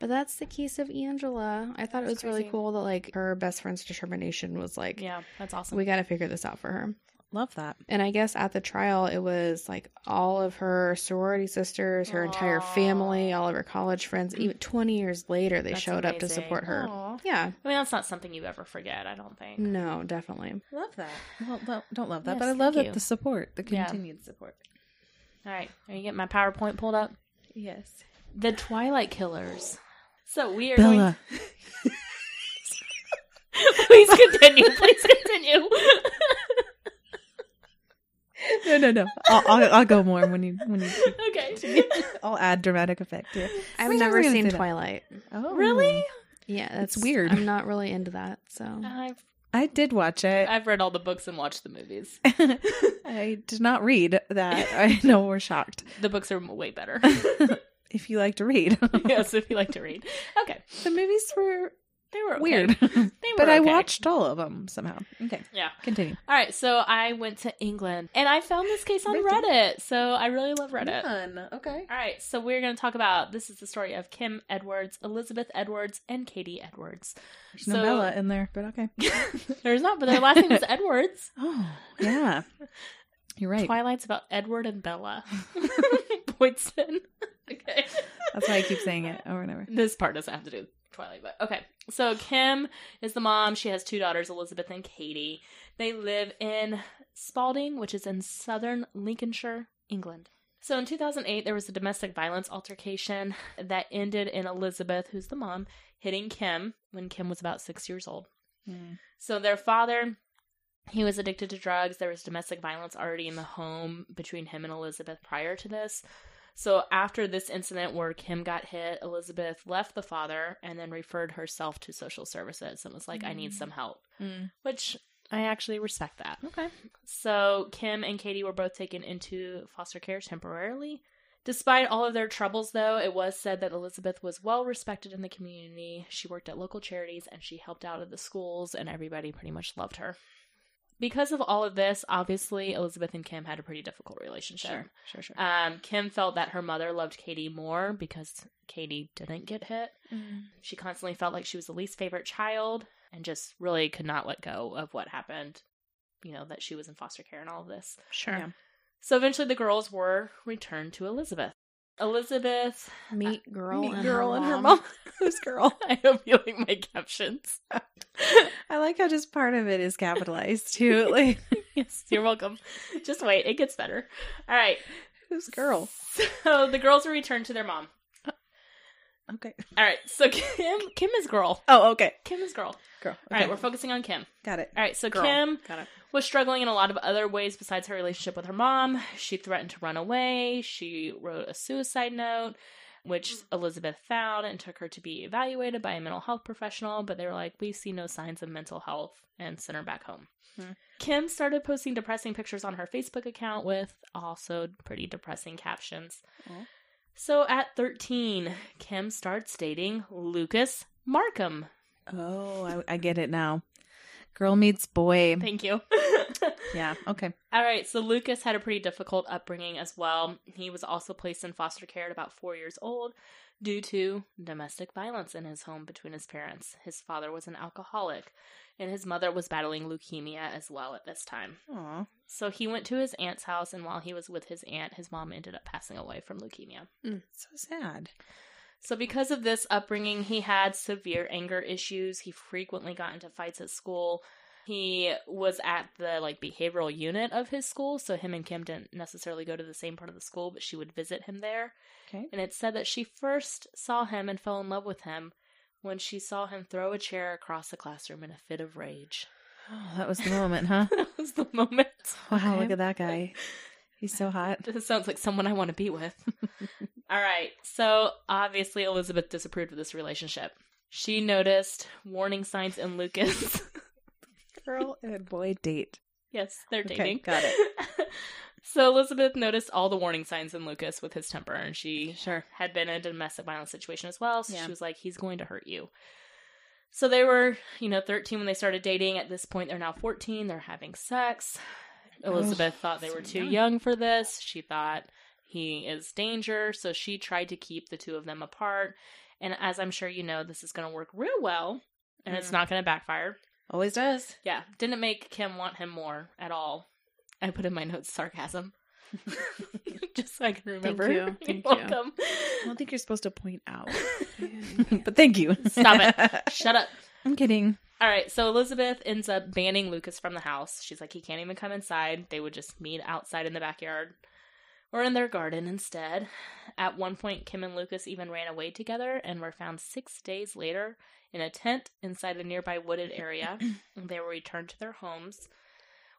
But that's the case of Angela. I thought it was That's really crazy. cool that like her best friend's determination was like, Yeah. That's awesome. we got to figure this out for her. Love that. And I guess at the trial, it was like all of her sorority sisters, her entire Aw. family, all of her college friends. Even twenty years later, they That's showed up to amazing. support her. Aw. Yeah. I mean, that's not something you ever forget. I don't think. No, definitely. Love that. Well, lo- don't love that, Yes, but I love that thank you. the support, the Yeah. continued support. All right. Are you getting my PowerPoint pulled up? Yes. The Twilight Killers. So we are Bella. going. please continue. Please continue. no, no, no. I'll, I'll, I'll go more when you when you. okay. I'll add dramatic effect here. I've We're never gonna seen do that. Twilight. Oh, Really? Yeah, that's weird. I'm not really into that. So I've I did watch it. I've read all the books and watched the movies. I did not read that. I know we're shocked. The books are way better. If you like to read, yes, if you like to read. Okay. the movies were They were okay. weird, They were but I okay. watched all of them somehow. Okay, Yeah. continue. All right, so I went to England and I found this case on Reddit. Reddit. So I really love Reddit. Fun. Okay. All right, so we're going to talk about this is the story of Kim Edwards, Elizabeth Edwards, and Katie Edwards. There's no Bella in there, but okay. There's not, but their last name is Edwards. Oh, yeah. You're right. Twilight's about Edward and Bella. Boydson. Okay. That's why I keep saying it over and over. This part doesn't have to do with Twilight, but okay. So Kim is the mom. She has two daughters, Elizabeth and Katie. They live in Spalding, which is in southern Lincolnshire, England. So in 2008, there was a domestic violence altercation that ended in Elizabeth, who's the mom, hitting Kim when Kim was about six years old. So their father, he was addicted to drugs. There was domestic violence already in the home between him and Elizabeth prior to this. So after this incident where Kim got hit, Elizabeth left the father and then referred herself to social services and was like, I need some help. Mm. Which I actually respect that. Okay. So Kim and Katie were both taken into foster care temporarily. Despite all of their troubles, though, it was said that Elizabeth was well respected in the community. She worked at local charities and she helped out at the schools, and everybody pretty much loved her. Because of all of this, obviously, Elizabeth and Kim had a pretty difficult relationship. Sure. Sure. Sure. Um, Kim felt that her mother loved Katie more because Katie didn't get hit. She constantly felt like she was the least favorite child and just really could not let go of what happened, you know, that she was in foster care and all of this. sure. Yeah. So eventually the girls were returned to Elizabeth. Elizabeth, Meet girl, Meet Oh, and, girl her and her mom. mom. Who's girl? I hope you like my captions. I like how just part of it is capitalized too. Like yes, you're welcome. Just wait, it gets better. All right. who's girl? So the girls were returned to their mom. Okay. All right. So Kim, Kim is girl. Oh, okay. Kim is girl. Girl. All Okay. right, we're focusing on Kim. Got it. All right, so Girl. Kim Got it. was struggling in a lot of other ways besides her relationship with her mom. She threatened to run away. She wrote a suicide note, which Elizabeth found and took her to be evaluated by a mental health professional, but they were like, we see no signs of mental health and sent her back home. Hmm. Kim started posting depressing pictures on her Facebook account with also pretty depressing captions. Aw. So at 13, Kim starts dating Lucas Markham. Oh, I, I get it now. Girl meets boy. Thank you. Yeah. Okay. All right, so Lucas had a pretty difficult upbringing as well. He was also placed in foster care at about four years old due to domestic violence in his home between his parents. His father was an alcoholic, and his mother was battling leukemia as well at this time. Aw. So he went to his aunt's house, and while he was with his aunt, his mom ended up passing away from leukemia. So sad. So, because of this upbringing, he had severe anger issues. He frequently got into fights at school. He was at the like behavioral unit of his school, so him and Kim didn't necessarily go to the same part of the school, but she would visit him there. Okay. And it's said that she first saw him and fell in love with him when she saw him throw a chair across the classroom in a fit of rage. Oh, that was the moment, huh? that was the moment. Wow, Okay. look at that guy. He's so hot. This sounds like someone I want to be with. All right. So obviously, Elizabeth disapproved of this relationship. She noticed warning signs in Lucas. Girl and boy date. yes, they're Okay, dating. got it. so Elizabeth noticed all the warning signs in Lucas with his temper, and she Sure. had been in a domestic violence situation as well. So Yeah. she was like, he's going to hurt you. So they were, you know, 13 when they started dating. At this point, they're now 14. They're having sex. Oh, Elizabeth thought they so were too young. young for this. She thought he is danger. So she tried to keep the two of them apart. And as I'm sure you know, this is going to work real well and it's Mhm. not going to backfire. Always does. Yeah. Didn't make Kim want him more at all. I put in my notes sarcasm. Just so I can remember. you. You're Thank you. welcome. I don't think you're supposed to point out. Yeah. but thank you. Stop it. Shut up. I'm kidding. All right, so Elizabeth ends up banning Lucas from the house. She's like, he can't even come inside. They would just meet outside in the backyard or in their garden instead. At one point, Kim and Lucas even ran away together and were found six days later in a tent inside a nearby wooded area. they were returned to their homes.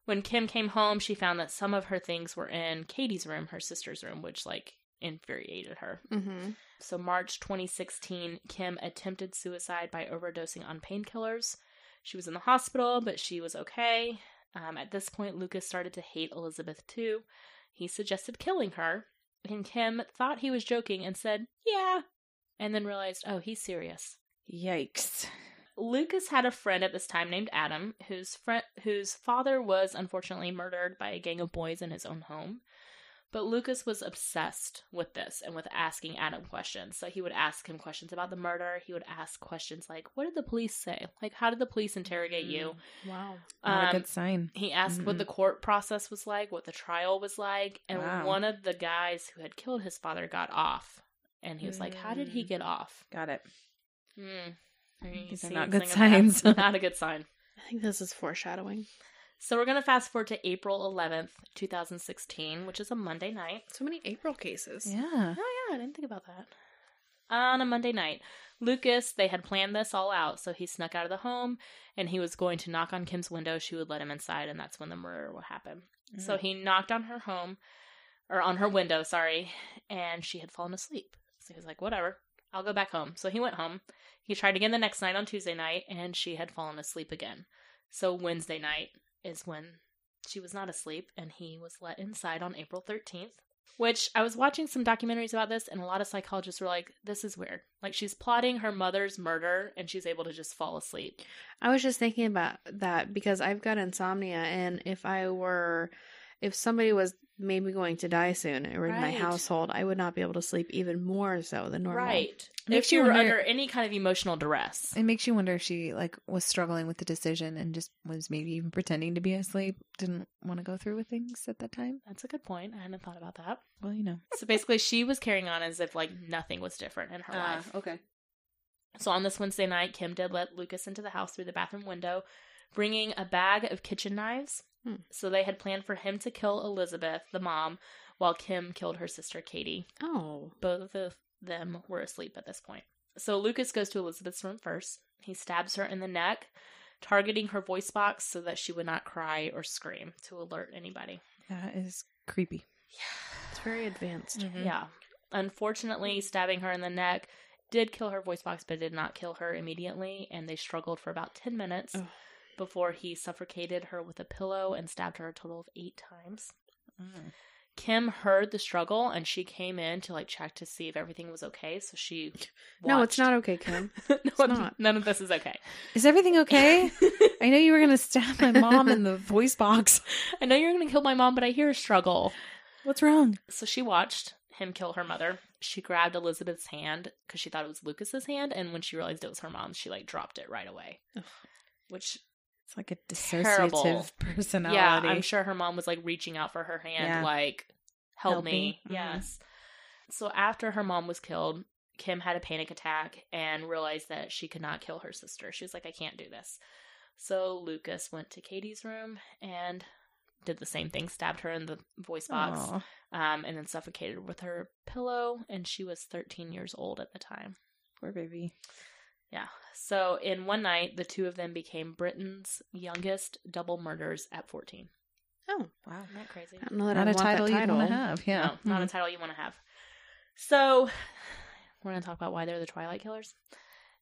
When Kim came home, she found that some of her things were in Katie's room, her sister's room, which like infuriated her. Mm-hmm. So, March 2016, Kim attempted suicide by overdosing on painkillers. She was in the hospital, but she was okay. Um, at this point, Lucas started to hate Elizabeth too. He suggested killing her, and Kim thought he was joking and said, Yeah, and then realized, Oh, he's serious. Yikes. Lucas had a friend at this time named Adam, whose friend whose father was unfortunately murdered by a gang of boys in his own home. But Lucas was obsessed with this and with asking Adam questions. So he would ask him questions about the murder. He would ask questions like, "What did the police say? Like, how did the police interrogate you?" Wow. Mm. Not a Um, good sign. he asked what Mm-mm. the court process was like, what the trial was like, and Wow. one of the guys who had killed his father got off. And he was like, "How did he Mm. get off?" Got it. Mm. These are See, not it's good like a bad- signs. not a good sign. I think this is foreshadowing. So we're going to fast forward to April 11th, 2016, which is a Monday night. So many April cases. Yeah. Oh, yeah, I didn't think about that. On a Monday night, Lucas, they had planned this all out, so he snuck out of the home and he was going to knock on Kim's window. She would let him inside, and that's when the murder would happen. So Mm-hmm. he knocked on her home, or on her window, sorry, and she had fallen asleep. So he was like, whatever, I'll go back home. So he went home. He tried again the next night on Tuesday night, and she had fallen asleep again. So Wednesday night is when she was not asleep, and he was let inside on April 13th. Which I was watching some documentaries about this, and a lot of psychologists were like, this is weird. Like, she's plotting her mother's murder, and she's able to just fall asleep. I was just thinking about that because I've got insomnia, and if I were, if somebody was maybe going to die soon or in my Right. household, I would not be able to sleep even more so than normal. Right. If Makes she you were wonder- under any kind of emotional duress. It makes you wonder if she like was struggling with the decision and just was maybe even pretending to be asleep, didn't want to go through with things at that time. That's a good point. I hadn't thought about that. Well, you know. So basically, she was carrying on as if like nothing was different in her Ah. Uh, life. okay. So on this Wednesday night, Kim did let Lucas into the house through the bathroom window, bringing a bag of kitchen knives. Hmm. So they had planned for him to kill Elizabeth, the mom, while Kim killed her sister Katie. Oh. Both of them were asleep at this point. So Lucas goes to Elizabeth's room first. He stabs her in the neck, targeting her voice box so that she would not cry or scream to alert anybody. That is creepy. Mm-hmm. It's very advanced. Yeah. Unfortunately, stabbing her in the neck did kill her voice box, but did not kill her immediately. And they struggled for about 10 minutes Ugh. Mm-hmm. before he suffocated her with a pillow and stabbed her a total of eight times. Kim heard the struggle and she came in to like check to see if everything was okay. So she No, it's watched. not okay, Kim. no, not. None of this is okay. Is everything okay? I know you were gonna stab my mom in the voice box. I know you're going to kill my mom, but I hear a struggle. What's wrong? So she watched him kill her mother. She grabbed Elizabeth's hand because she thought it was Lucas's hand, and when she realized it was her mom's, she like dropped it right away. Ugh. Which It's like a Terrible. dissociative personality. yeah, I'm sure her mom was like reaching out for her hand, Yeah. like help, Help me. me. Mhm. Yes. So after her mom was killed, Kim had a panic attack and realized that she could not kill her sister. She was like, I can't do this. So Lucas went to Katie's room and did the same thing, stabbed her in the voice box Aw. um, and then suffocated with her pillow. And she was 13 years old at the time. Poor baby. Yeah. So in one night, the two of them became Britain's youngest double murders at 14. Oh, Wow. Isn't that crazy? I don't know that Not I a want title that you title. want to have. Yeah. No, not a title you want to have. So we're going to talk about why they're the Twilight Killers.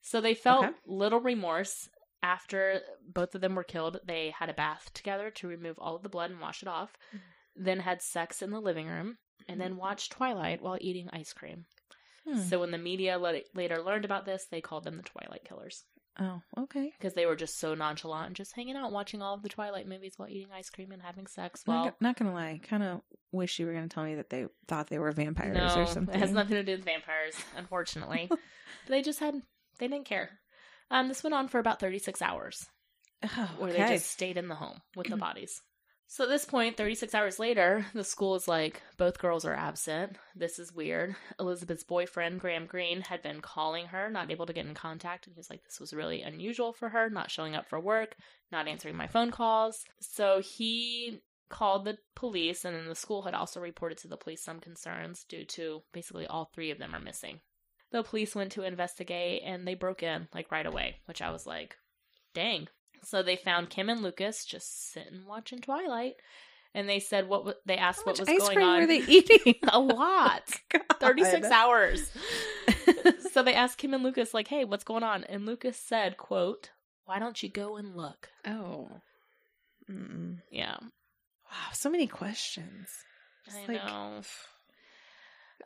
So they felt Okay. little remorse after both of them were killed. They had a bath together to remove all of the blood and wash it off, Mm-hmm. then had sex in the living room, and then watched Twilight while eating ice cream. Hmm. So when the media let later learned about this, they called them the Twilight Killers Oh, okay. because they were just so nonchalant and just hanging out, watching all of the Twilight movies while eating ice cream and having sex. Not Well, go- not gonna lie, kind of wish you were gonna tell me that they thought they were vampires no, or something. it has nothing to do with vampires, unfortunately. But they just had they didn't care. Um, this went on for about thirty six hours, Oh, where okay. they just stayed in the home with the bodies. So at this point, 36 hours later, the school is like, both girls are absent. This is weird. Elizabeth's boyfriend, Graham Greene, had been calling her, not able to get in contact. And he was like, this was really unusual for her, not showing up for work, not answering my phone calls. So he called the police, and then the school had also reported to the police some concerns due to basically all three of them are missing. The police went to investigate and they broke in, like right away, which I was like, dang. So they found Kim and Lucas just sitting watching Twilight, and they said what w- they asked How what much was ice going cream on. were they eating? Oh a lot, thirty six God. hours. so they asked Kim and Lucas like, "Hey, what's going on?" And Lucas said, "Quote, why don't you go and look?" Oh. Mm. Yeah, Wow, so many questions. Just I like- know.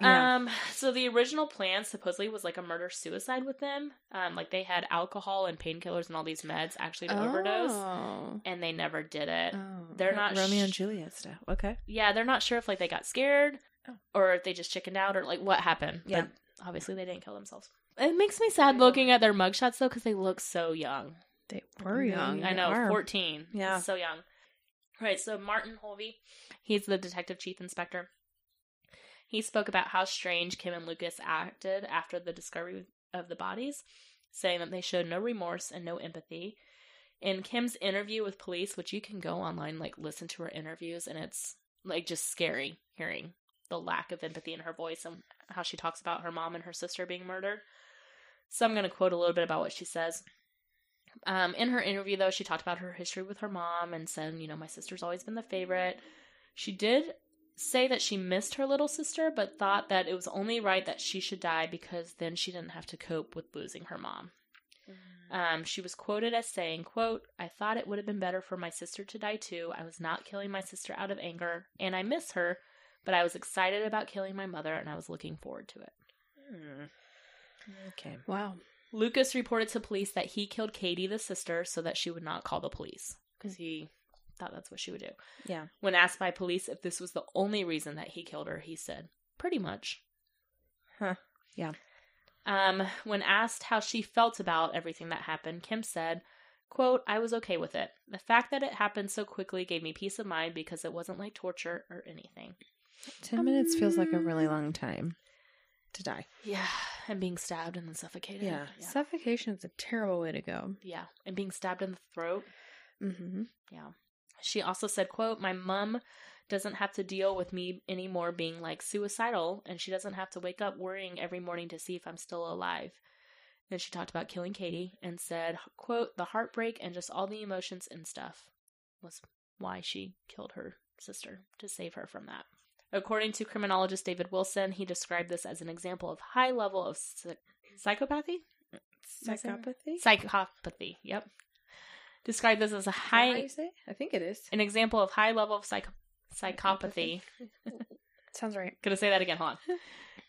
Yeah. Um, so the original plan supposedly was like a murder suicide with them. Um, like they had alcohol and painkillers and all these meds actually to overdose, Oh. and they never did it. Oh. They're not Romeo sh- and Juliet stuff. Okay. yeah, they're not sure if like they got scared Oh. or if they just chickened out or like what happened. Yeah. But obviously they didn't kill themselves. It makes me sad looking at their mugshots though because they look so young. They were Yeah, young. They I know, are. 14. Yeah. So young. Right, so Martin Holvey, he's the detective chief inspector. He spoke about how strange Kim and Lucas acted after the discovery of the bodies, saying that they showed no remorse and no empathy. In Kim's interview with police, which you can go online, like listen to her interviews, and it's like just scary hearing the lack of empathy in her voice and how she talks about her mom and her sister being murdered. So I'm going to quote a little bit about what she says. Um, in her interview, though, she talked about her history with her mom and said, you know, my sister's always been the favorite. She did say that she missed her little sister, but thought that it was only right that she should die because then she didn't have to cope with losing her mom. Um, she was quoted as saying, quote, I thought it would have been better for my sister to die too. I was not killing my sister out of anger, and I miss her, but I was excited about killing my mother, and I was looking forward to it. Hmm. Okay. Wow. Lucas reported to police that he killed Katie, the sister, so that she would not call the police because he thought that's what she would do. Yeah. When asked by police if this was the only reason that he killed her, he said, pretty much. Huh. Yeah. Um, when asked how she felt about everything that happened, Kim said, quote, I was okay with it. The fact that it happened so quickly gave me peace of mind because it wasn't like torture or anything. Ten minutes feels like a really long time to die. Yeah. And being stabbed and then suffocated. Yeah. Yeah. Suffocation is a terrible way to go. yeah. And being stabbed in the throat. Mm-hmm. She also said, quote, My mum doesn't have to deal with me anymore being like suicidal, and she doesn't have to wake up worrying every morning to see if I'm still alive. Then she talked about killing Katie and said, quote, the heartbreak and just all the emotions and stuff was why she killed her sister to save her from that. According to criminologist David Wilson, he described this as an example of high level of psych- psychopathy. Psychopathy. Psychopathy. Yep. Described this as a Is that how high you say? it? I think it is. an example of high level of psych- psychopathy Sounds right. Gonna say that again. Hold on.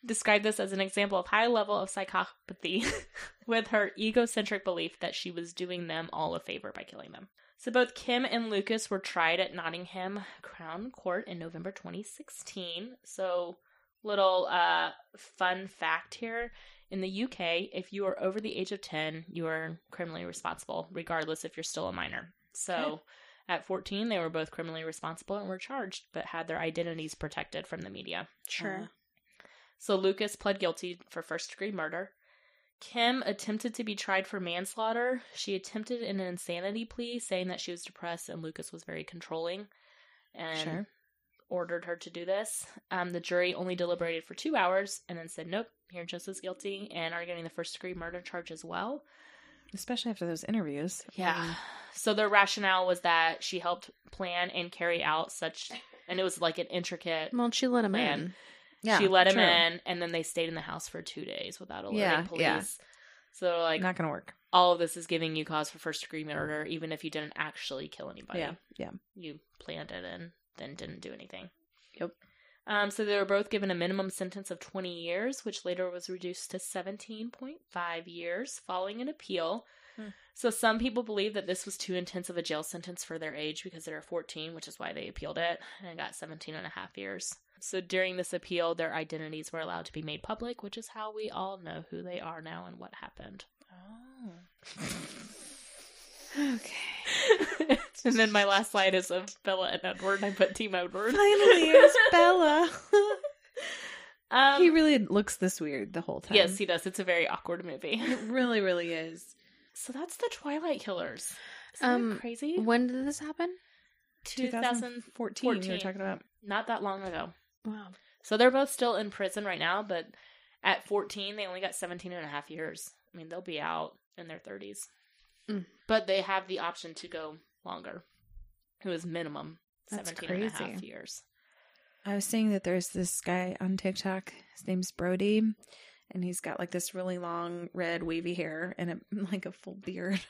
Described this as an example of high level of psychopathy with her egocentric belief that she was doing them all a favor by killing them. So both Kim and Lucas were tried at Nottingham Crown Court in November 2016. So little uh fun fact here in the UK, if you are over the age of 10, you are criminally responsible regardless if you're still a minor. So at 14, they were both criminally responsible and were charged but had their identities protected from the media. Sure. So Lucas pled guilty for first degree murder. Kim attempted to be tried for manslaughter. She attempted an insanity plea, saying that she was depressed and Lucas was very controlling and Sure. ordered her to do this. Um, the jury only deliberated for two hours and then said, nope, you're just as guilty and are getting the first degree murder charge as well. Um, Especially after those interviews. I mean, So their rationale was that she helped plan and carry out such, and it was like an intricate. well, she let him Man. in. yeah. she let him true. in, and then they stayed in the house for two days without alerting Yeah, police. yeah. So like Not going to work. all of this is giving you cause for first degree murder, even if you didn't actually kill anybody. Yeah. Yeah. You planned it and then didn't do anything. Yep. Um, so they were both given a minimum sentence of 20 years, which later was reduced to 17.5 years following an appeal. Hmm. So some people believe that this was too intense of a jail sentence for their age because they're 14, which is why they appealed it and got 17 and a half years. So during this appeal, their identities were allowed to be made public, which is how we all know who they are now and what happened. Oh. Okay. and then my last slide is of Bella and Edward. and I put Team Edward. Finally, it's Bella. Um, he really looks this weird the whole time. yes, he does. It's a very awkward movie. it really, really is. So that's the Twilight Killers. Isn't Um, that crazy? When did this happen? 2014, you were 2014. talking about. Not that long ago. Wow. So they're both still in prison right now, but at 14, they only got 17 and a half years. I mean, they'll be out in their 30s. Mm. But they have the option to go longer. It was minimum That's 17 and a half crazy. years. I was saying that there's this guy on TikTok. His name's Brody, and he's got like this really long red wavy hair and a, like a full beard,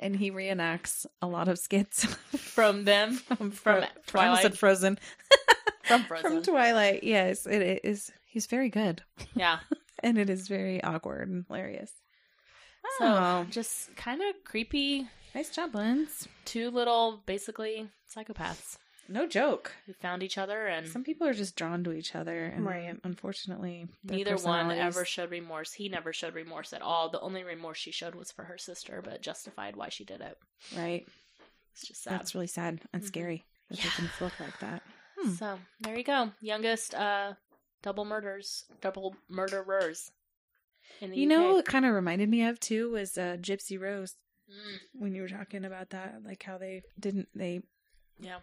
and he reenacts a lot of skits From them, from, from Fro- I almost Twilight, said Frozen from from Frozen. Twilight. Yes, it, it is. He's very good, yeah. and it is very awkward and hilarious. So Oh. just kind of creepy. Nice job, Lens. Two little, basically, psychopaths No joke. who found each other and Some people are just drawn to each other, and Right. unfortunately, their neither one personalities- ever showed remorse. He never showed remorse at all. The only remorse she showed was for her sister, but justified why she did it. right. It's just sad. That's really sad and Mhm. scary that they Yeah. can flip like that. Hmm. So there you go. Youngest uh double murders, double murderers. In the You UK. know what kind of reminded me of too was uh, Gypsy Rose Mm, when you were talking about that, like how they didn't they yeah,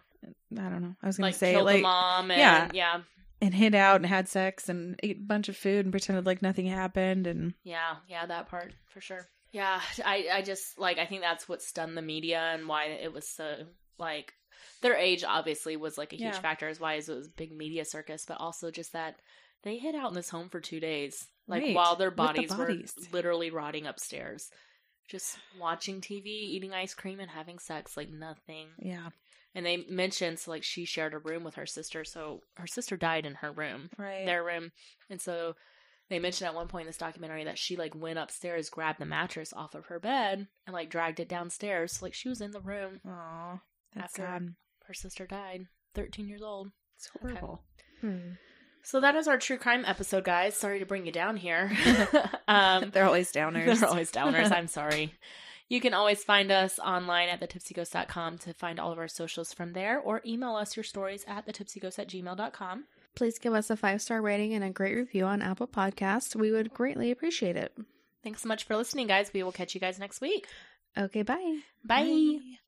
I don't know. I was gonna like say killed the like mom and yeah, yeah. yeah, and hid out and had sex and ate a bunch of food and pretended like nothing happened and yeah, that part for sure. Yeah, I I just like I think that's what stunned the media and why it was so like their age obviously was like a huge Yeah. factor is why it was a big media circus, but also just that they hid out in this home for two days, like Right. while their With the bodies, bodies. were literally rotting upstairs, just watching TV, eating ice cream, and having sex, like nothing. yeah And they mentioned so like she shared a room with her sister, so her sister died in her room, right their room, and so they mentioned at one point in this documentary that she like went upstairs, grabbed the mattress off of her bed, and like dragged it downstairs. So like she was in the room. Aw, that's After- sad. Her sister died, thirteen years old. It's horrible. Hmm. So that is our true crime episode, guys. Sorry to bring you down here. um, They're always downers. They're always downers. I'm sorry. You can always find us online at thetipsyghost.com to find all of our socials from there or email us your stories at thetipsyghost at gmail.com. Please give us a five star rating and a great review on Apple Podcasts. We would greatly appreciate it. Thanks so much for listening, guys. We will catch you guys next week. Okay, bye. Bye.